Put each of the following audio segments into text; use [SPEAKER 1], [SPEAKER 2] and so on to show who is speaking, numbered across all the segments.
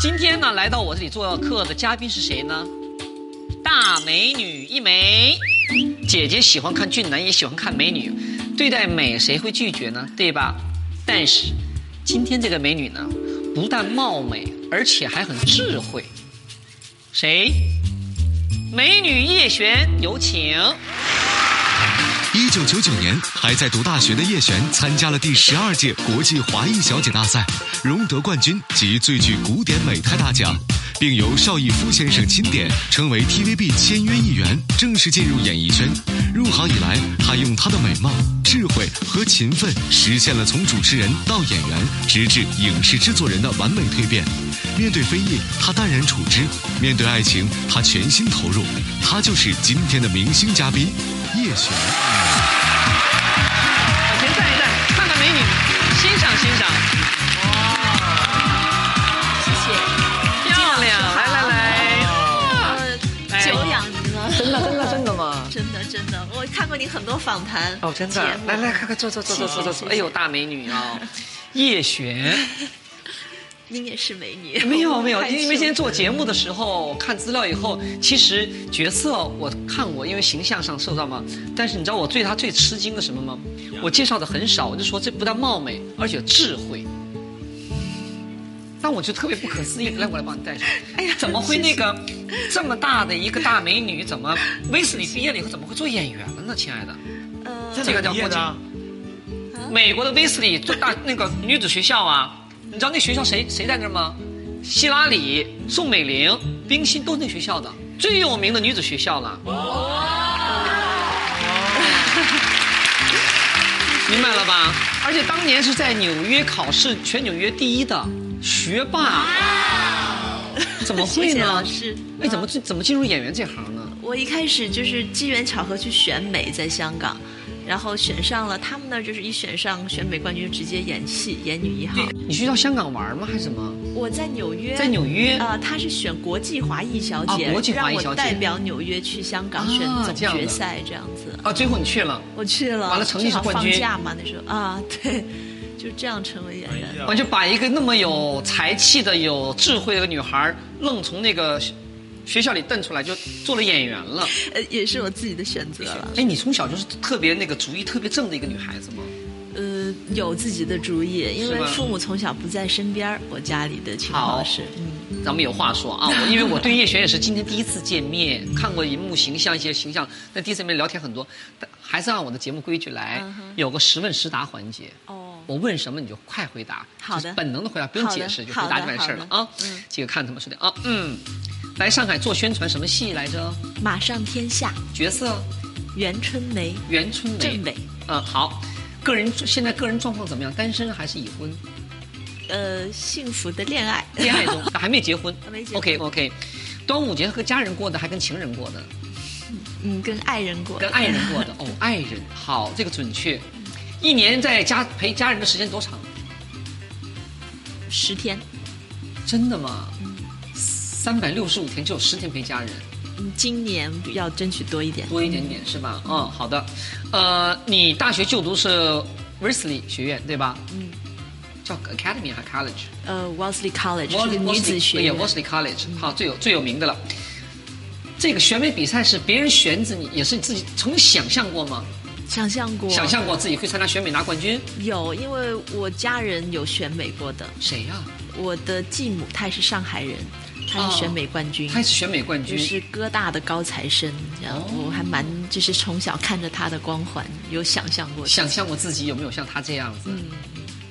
[SPEAKER 1] 今天呢，来到我这里做客的嘉宾是谁呢？大美女一枚，姐姐喜欢看俊男，也喜欢看美女，对待美谁会拒绝呢？对吧？但是今天这个美女呢，不但貌美，而且还很智慧。谁？美女叶璇，有请。
[SPEAKER 2] 一九九九年，还在读大学的叶璇参加了第十二届国际华裔小姐大赛，荣得冠军及最具古典美态大奖，并由邵逸夫先生钦点，成为 TVB 签约艺员，正式进入演艺圈。入行以来，她用她的美貌、智慧和勤奋，实现了从主持人到演员，直至影视制作人的完美蜕变。面对非议，她淡然处之；面对爱情，她全心投入。她就是今天的明星嘉宾叶璇。
[SPEAKER 1] 往前站一站，看看美女，欣赏欣赏，
[SPEAKER 3] 谢谢。
[SPEAKER 1] 漂亮，来来来，哎
[SPEAKER 3] 呃久仰您了，
[SPEAKER 1] 真的真的真的吗？
[SPEAKER 3] 真的真的，我看过你很多访谈
[SPEAKER 1] 哦，真的
[SPEAKER 3] 节，目
[SPEAKER 1] 来来，看看，坐坐坐坐坐坐
[SPEAKER 3] 谢
[SPEAKER 1] 坐，
[SPEAKER 3] 谢
[SPEAKER 1] 哎呦，大美女 啊、叶璇，
[SPEAKER 3] 您也是美女，
[SPEAKER 1] 没有没有，
[SPEAKER 3] 害羞
[SPEAKER 1] 因为今天做节目的时候看资料以后，其实角色我看过，因为形象上受到嘛。但是你知道我对她最吃惊的什么吗？我介绍的很少，我就说这不但貌美，而且智慧。但我就特别不可思议，来，我来帮你带上。 哎
[SPEAKER 3] 哎
[SPEAKER 1] 呀
[SPEAKER 3] 呀，
[SPEAKER 1] 怎么会
[SPEAKER 3] 谢谢
[SPEAKER 1] 那个这么大的一个大美女，怎么威斯里毕业了以后怎么会做演员了呢？亲爱的，
[SPEAKER 3] 呃
[SPEAKER 1] 这个叫
[SPEAKER 4] 业
[SPEAKER 1] 郭
[SPEAKER 4] 呢？
[SPEAKER 1] 美国的威斯里最大那个女子学校啊，你知道那学校谁谁在那儿吗？希拉里、宋美龄、冰心都是那学校的最有名的女子学校了。 明白了吧？而且当年是在纽约考试全纽约第一的学霸，怎么会
[SPEAKER 3] 谢谢
[SPEAKER 1] 呢
[SPEAKER 3] 老？师
[SPEAKER 1] 哎，怎么进怎么进入演员这行呢？
[SPEAKER 3] 我一开始就是机缘巧合去选美，在香港，然后选上了，他们那儿就是一选上选美冠军就直接演戏，演女一号。
[SPEAKER 1] 你去到香港玩吗？还是什么？
[SPEAKER 3] 我在纽约，
[SPEAKER 1] 在纽约
[SPEAKER 3] 呃，他是选国际华裔小姐，
[SPEAKER 1] 啊国际华裔小姐
[SPEAKER 3] 让我代表纽约去香港选
[SPEAKER 1] 啊
[SPEAKER 3] 总
[SPEAKER 1] 这样的
[SPEAKER 3] 决赛这样子。
[SPEAKER 1] 啊，最后你去了，
[SPEAKER 3] 我去了，
[SPEAKER 1] 完了成绩是
[SPEAKER 3] 正好
[SPEAKER 1] 冠军
[SPEAKER 3] 放假嘛那时候啊， 对，就这样成为演员。
[SPEAKER 4] 哎呀
[SPEAKER 1] 我就把一个那么有才气的、有智慧的女孩儿，愣从那个学学校里蹬出来，就做了演员了。
[SPEAKER 3] 呃，也是我自己的选择了。
[SPEAKER 1] 哎，你从小就是特别那个主意特别正的一个女孩子吗？
[SPEAKER 3] 呃，有自己的主意，因
[SPEAKER 1] 是
[SPEAKER 3] 为
[SPEAKER 1] 吧
[SPEAKER 3] 父母从小不在身边儿，我家里的情
[SPEAKER 1] 好
[SPEAKER 3] 况是，嗯
[SPEAKER 1] 咱们有话说啊，我因为我对叶璇也是今天第一次见面，看过荧幕形象一些形象，但第一次见面聊天很多，但还是按我的节目规矩来
[SPEAKER 3] 嗯哼，
[SPEAKER 1] 有个十问十答环节。
[SPEAKER 3] 哦，
[SPEAKER 1] 我问什么你就快回答，
[SPEAKER 3] 好的
[SPEAKER 1] 就是本能的回答，不用解释，就
[SPEAKER 3] 好
[SPEAKER 1] 回
[SPEAKER 3] 的
[SPEAKER 1] 答就完事儿了
[SPEAKER 3] 好的
[SPEAKER 1] 啊
[SPEAKER 3] 好的嗯。
[SPEAKER 1] 这个看他们说的啊，嗯，来上海做宣传什么戏来着？
[SPEAKER 3] 嗯马上天下，
[SPEAKER 1] 角色
[SPEAKER 3] 袁春梅，
[SPEAKER 1] 袁春梅。
[SPEAKER 3] 郑伟，
[SPEAKER 1] 嗯，好。个人现在个人状况怎么样？单身还是已婚？
[SPEAKER 3] 呃，幸福的恋爱，
[SPEAKER 1] 恋爱中还没结婚。
[SPEAKER 3] 没结婚
[SPEAKER 1] OK OK。端午节和家人过的，还跟情人过的，
[SPEAKER 3] 嗯，跟爱人过，
[SPEAKER 1] 跟爱人过 的。哦，爱人，好，这个准确。一年在家陪家人的时间多长？
[SPEAKER 3] 十天，
[SPEAKER 1] 真的吗？三百六十五天只有十天陪家人，
[SPEAKER 3] 嗯，今年要争取多一点，
[SPEAKER 1] 多一点点是吧？嗯，好的。呃，你大学就读是 Wesley 学院对吧？
[SPEAKER 3] 嗯，
[SPEAKER 1] 叫 Academy 还是 College？
[SPEAKER 3] 呃，Wellesley College
[SPEAKER 1] 沃
[SPEAKER 3] 是个女子学
[SPEAKER 1] 也
[SPEAKER 3] 院，嗯
[SPEAKER 1] Wesley College，好，最有最有名的了。这个选美比赛是别人选择你，也是你自己曾想象过吗？
[SPEAKER 3] 想象过，
[SPEAKER 1] 想象过自己会参加选美拿冠军？
[SPEAKER 3] 有，因为我家人有选美过的，
[SPEAKER 1] 谁呀、
[SPEAKER 3] 我的继母她也是上海人，她
[SPEAKER 1] 哦
[SPEAKER 3] 是选美冠军，
[SPEAKER 1] 他也是选美冠
[SPEAKER 3] 就
[SPEAKER 1] 军，
[SPEAKER 3] 是哥大的高材生，这样、
[SPEAKER 1] 哦
[SPEAKER 3] 我还蛮就是从小看着他的光环，有想象过。
[SPEAKER 1] 想 象过自己有没有像他这样子？
[SPEAKER 3] 嗯，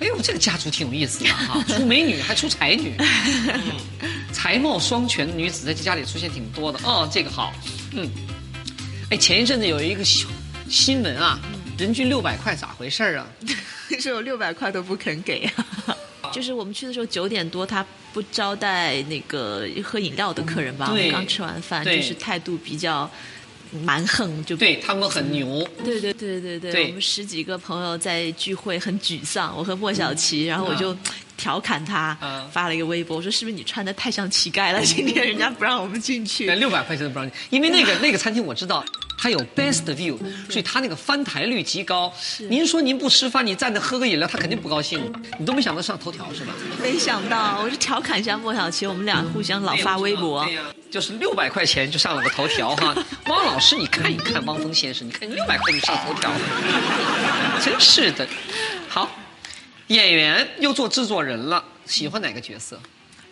[SPEAKER 1] 哎呦，这个家族挺有意思的啊哈，出美女还出才女，嗯才貌双全的女子在这家里出现挺多的哦，这个好，嗯，哎，前一阵子有一个新新闻啊，人均六百块咋回事儿啊？
[SPEAKER 3] 那时候六百块都不肯给、啊 就是我们去的时候九点多，他不招待那个喝饮料的客人吧？
[SPEAKER 1] 嗯
[SPEAKER 3] 我
[SPEAKER 1] 对
[SPEAKER 3] 们刚吃完饭，
[SPEAKER 1] 对
[SPEAKER 3] 就是态度比较蛮横，就
[SPEAKER 1] 对他们很牛，
[SPEAKER 3] 对对对对对，
[SPEAKER 1] 对
[SPEAKER 3] 我们十几个朋友在聚会很沮丧，我和莫小琪，然后我就调侃他，
[SPEAKER 1] 嗯
[SPEAKER 3] 发了一个微博，我说是不是你穿的 太像乞丐了？今天人家不让我们进去
[SPEAKER 1] 连。六百块钱都不让你，因为那个那个餐厅我知道，它有 best view，所以它那个翻台率极高。您说您不吃饭，你站着喝个饮料，他肯定不高兴。你都没想到上头条是吧？
[SPEAKER 3] 没想到，我就调侃一下莫小琪，我们俩互相老啊发微博
[SPEAKER 1] 对。呀、就是六百块钱就上了个头条 哈。汪老师，你看一看汪峰先生，你看六百块就上 头条了，真是的。好，演员又做制作人了，喜欢哪个角色？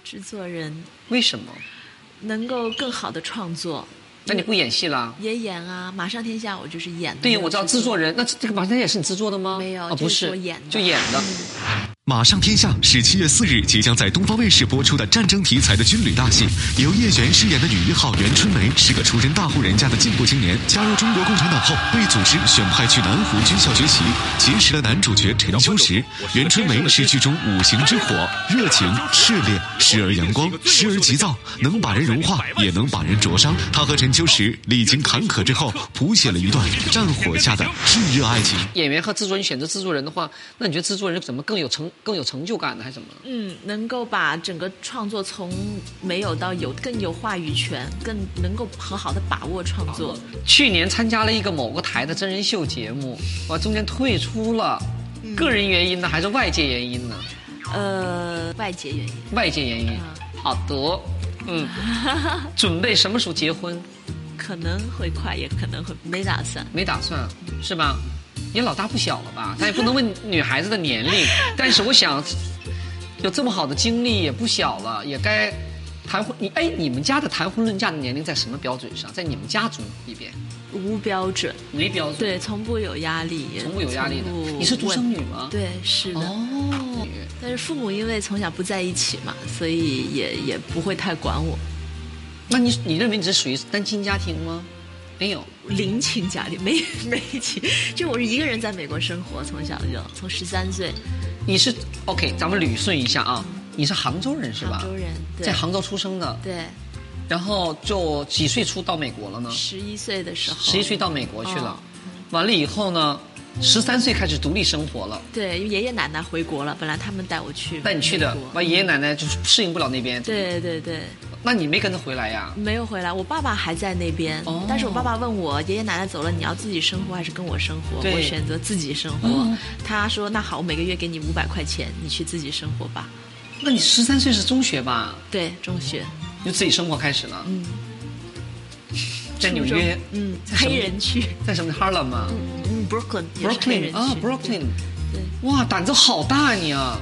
[SPEAKER 3] 制作人
[SPEAKER 1] 为什么？
[SPEAKER 3] 能够更好的创作，
[SPEAKER 1] 那你不演戏啦？
[SPEAKER 3] 也演啊，《马上天下》我就是演的。
[SPEAKER 1] 对呀，我知道制作
[SPEAKER 3] 人。
[SPEAKER 1] 人，那这个马上也是你制作的吗？
[SPEAKER 3] 没有
[SPEAKER 1] 哦，不
[SPEAKER 3] 就是
[SPEAKER 1] 是，
[SPEAKER 3] 我演的
[SPEAKER 1] 就演的。
[SPEAKER 2] 马上天下是七月四日即将在东方卫视播出的战争题材的军旅大戏，由叶璇饰演的女一号袁春梅是个出身大户人家的进步青年，加入中国共产党后被组织选派去南湖军校学习，结识了男主角陈秋实。袁春梅是剧中五行之火，热情、炽烈、时而阳光，时而急躁，能把人融化，也能把人灼伤。她和陈秋实历经坎坷之后，谱写了一段战火下的炙热爱情。
[SPEAKER 1] 演员和制作人选择制作人的话，那你觉得制作人怎么更有成更有成就感呢，还是怎么？
[SPEAKER 3] 嗯，能够把整个创作从没有到有，更有话语权，更能够很好的把握创作。
[SPEAKER 1] 去年参加了一个某个台的真人秀节目，我中间退出了，
[SPEAKER 3] 嗯
[SPEAKER 1] 个人原因呢还是外界原因呢？
[SPEAKER 3] 呃，外界原因，
[SPEAKER 1] 外界原因
[SPEAKER 3] 啊。
[SPEAKER 1] 好的， 嗯，准备什么时候结婚？
[SPEAKER 3] 可能会快，也可能会没打算。
[SPEAKER 1] 没打算，是吧？也老大不小了吧？咱也不能问女孩子的年 龄，但是我想，有这么好的经历也不小了，也该谈婚。你哎，你们家的谈婚论嫁的年龄在什么标准上？在你们家族里边
[SPEAKER 3] 无标准，
[SPEAKER 1] 没标准，
[SPEAKER 3] 对，从不有压力，
[SPEAKER 1] 从不有压力的
[SPEAKER 3] 从不。
[SPEAKER 1] 你是独生
[SPEAKER 3] 问
[SPEAKER 1] 女吗？
[SPEAKER 3] 对，是的。
[SPEAKER 1] 哦，
[SPEAKER 3] 但是父母因为从小不在一起嘛，所以也也不会太管我。
[SPEAKER 1] 那你你认为你是属于单亲家庭吗？没有，
[SPEAKER 3] 零情家里没 没一起，就我是一个人在美国生活，从小就从十三岁，
[SPEAKER 1] 你是 OK，咱们捋顺一下啊，你是杭州人是吧？
[SPEAKER 3] 杭州人，对
[SPEAKER 1] 在杭州出生的，
[SPEAKER 3] 对，
[SPEAKER 1] 然后就几岁出到美国了呢？
[SPEAKER 3] 十一岁的时候，
[SPEAKER 1] 十一岁到美国去了
[SPEAKER 3] 哦，
[SPEAKER 1] 完了以后呢，十三岁开始独立生活了。
[SPEAKER 3] 对，因为爷爷奶奶回国了，本来他们带我去，
[SPEAKER 1] 带你去的，完爷爷奶奶就是适应不了那边，
[SPEAKER 3] 对对对，
[SPEAKER 1] 那你没跟着回来呀？
[SPEAKER 3] 没有回来，我爸爸还在那边，
[SPEAKER 1] 哦
[SPEAKER 3] 但是我爸爸问我爷爷奶奶走了，你要自己生活还是跟我生活？
[SPEAKER 1] 对嗯
[SPEAKER 3] 我选择自己生活。他说那好，我每个月给你五百块钱，你去自己生活吧。
[SPEAKER 1] 那你十三岁是中学吧？
[SPEAKER 3] 对，中学，
[SPEAKER 1] 你就自己生活开始了，
[SPEAKER 3] 嗯，
[SPEAKER 1] 在纽
[SPEAKER 3] 初中
[SPEAKER 1] 约，
[SPEAKER 3] 嗯，
[SPEAKER 1] 在什么
[SPEAKER 3] 黑人区，
[SPEAKER 1] 在什么 Harlem 吗
[SPEAKER 3] 嗯，Brooklyn 也是黑
[SPEAKER 1] ？Brooklyn
[SPEAKER 3] 人区
[SPEAKER 1] 啊，Brooklyn，
[SPEAKER 3] 对，
[SPEAKER 1] 哇，胆子好大啊你啊！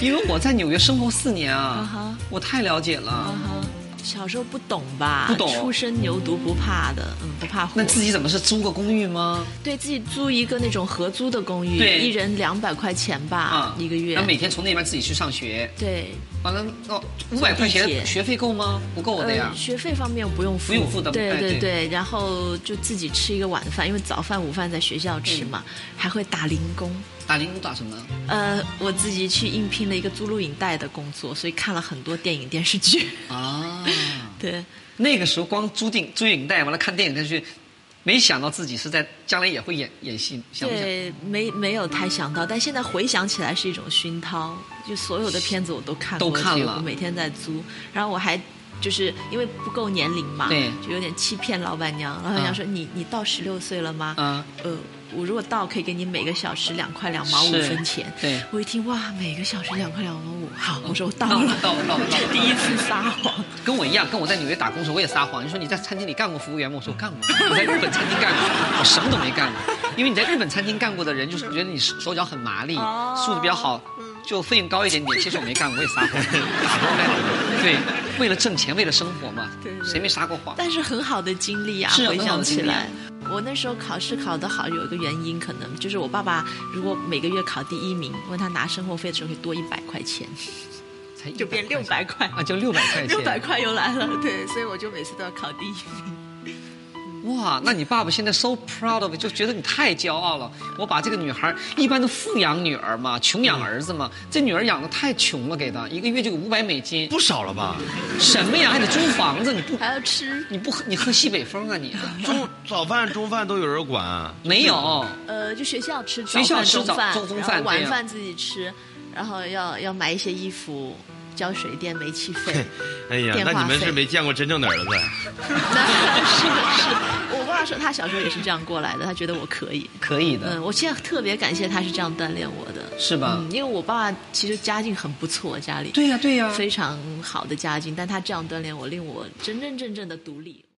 [SPEAKER 1] 因为我在纽约生活四年
[SPEAKER 3] 啊
[SPEAKER 1] 啊
[SPEAKER 3] 哈，
[SPEAKER 1] 我太了解了
[SPEAKER 3] 啊。哈，小时候不懂吧？
[SPEAKER 1] 不懂
[SPEAKER 3] 初生牛犊不怕的，嗯，不怕虎。
[SPEAKER 1] 那自己怎么是租个公寓吗？
[SPEAKER 3] 对自己租一个那种合租的公寓，
[SPEAKER 1] 对
[SPEAKER 3] 一人两百块钱吧
[SPEAKER 1] 啊，，
[SPEAKER 3] 一个月
[SPEAKER 1] 然。后每天从那边自己去上学，
[SPEAKER 3] 对，
[SPEAKER 1] 完了哦，五百块
[SPEAKER 3] 坐地铁
[SPEAKER 1] 钱学费够吗？不够的呀
[SPEAKER 3] 呃，。学费方面不用付，
[SPEAKER 1] 不用付的哎
[SPEAKER 3] 对
[SPEAKER 1] 对
[SPEAKER 3] 对对，然后就自己吃一个晚饭，因为早饭、午饭在学校吃嘛，
[SPEAKER 1] 嗯
[SPEAKER 3] 还会打零工。
[SPEAKER 1] 打零工打什么？
[SPEAKER 3] 呃，我自己去应聘了一个租录影带的工作，所以看了很多电影电视剧。
[SPEAKER 1] 啊，
[SPEAKER 3] 对，
[SPEAKER 1] 那个时候光租电租影带，完了看电影电视剧，没想到自己是在将来也会演演戏，想不想？
[SPEAKER 3] 对，没没有太想到，但现在回想起来是一种熏陶，就所有的片子我都看过，
[SPEAKER 1] 都看
[SPEAKER 3] 所以
[SPEAKER 1] 了
[SPEAKER 3] 我每天在租，然后我还。就是因为不够年龄嘛，
[SPEAKER 1] 对嗯
[SPEAKER 3] 就有点欺骗老板娘。老板娘说：“你你到十六岁了吗？”
[SPEAKER 1] 啊，
[SPEAKER 3] 呃，我如果到可以给你每个小时两块两毛五
[SPEAKER 1] 是
[SPEAKER 3] 分钱。
[SPEAKER 1] 对
[SPEAKER 3] 我一听哇，每个小时两块两毛五，好，我说我到
[SPEAKER 1] 到了
[SPEAKER 3] 了，
[SPEAKER 1] 啊到了到了到了
[SPEAKER 3] 第一次撒谎，
[SPEAKER 1] 跟我一样，跟我在纽约打工的时候我也撒谎。你说你在餐厅里干过服务员吗？我说我 干过，我在日本餐厅干过，我什么都没干过。 因为你在日本餐厅干过的人，就是觉得你手脚很麻利，
[SPEAKER 3] 哦
[SPEAKER 1] 素质比较好，就费用高一点点。其实我没干过，我也 撒谎。对，为了挣钱，为了生活嘛
[SPEAKER 3] 对，对
[SPEAKER 1] 谁没撒过谎？
[SPEAKER 3] 但是很好的经历啊，
[SPEAKER 1] 是啊
[SPEAKER 3] 回
[SPEAKER 1] 很好
[SPEAKER 3] 想
[SPEAKER 1] 的经
[SPEAKER 3] 起
[SPEAKER 1] 历啊
[SPEAKER 3] 来。我那时候考试考得好，有一个原因可能就是我爸爸如果每个月考第一名，问他拿生活费的时候会多一百块钱，
[SPEAKER 1] 才100
[SPEAKER 3] 就变
[SPEAKER 1] 块
[SPEAKER 3] 六
[SPEAKER 1] 钱
[SPEAKER 3] 百块，
[SPEAKER 1] 啊，就六百块钱。
[SPEAKER 3] 六百块又来了，对，所以我就每次都要考第一名。
[SPEAKER 1] 哇，那你爸爸现在 so proud of，it，就觉得你太骄傲了。我把这个女孩，一般都富养女儿嘛，穷养儿子嘛，这女儿养的太穷了，给她一个月就有五百美金，
[SPEAKER 4] 不少了吧？
[SPEAKER 1] 什么呀？还得租房子，你不
[SPEAKER 3] 还要吃，
[SPEAKER 1] 你不喝你喝西北风啊你？
[SPEAKER 4] 中早饭、中饭都有人管、
[SPEAKER 1] 没有，
[SPEAKER 3] 呃，就学校吃
[SPEAKER 1] 学校吃
[SPEAKER 3] 早
[SPEAKER 1] 早
[SPEAKER 3] 饭、
[SPEAKER 1] 中
[SPEAKER 3] 中
[SPEAKER 1] 饭
[SPEAKER 3] 饭，然后
[SPEAKER 1] 对
[SPEAKER 3] 晚
[SPEAKER 1] 呀
[SPEAKER 3] 饭自己吃，然后要要买一些衣服，交水电煤气费。
[SPEAKER 4] 哎呀，
[SPEAKER 3] 电
[SPEAKER 4] 那
[SPEAKER 3] 话
[SPEAKER 4] 你们
[SPEAKER 3] 费
[SPEAKER 4] 是没见过真正的儿子。
[SPEAKER 3] 那是是，我爸话说，他小时候也是这样过来的，他觉得我可以。
[SPEAKER 1] 可以的，
[SPEAKER 3] 嗯，我现在特别感谢他是这样锻炼我的，
[SPEAKER 1] 是吧？
[SPEAKER 3] 嗯，因为我爸爸其实家境很不错，家里
[SPEAKER 1] 对呀、对呀、
[SPEAKER 3] 非常好的家境，但他这样锻炼我，令我真真正正的独立。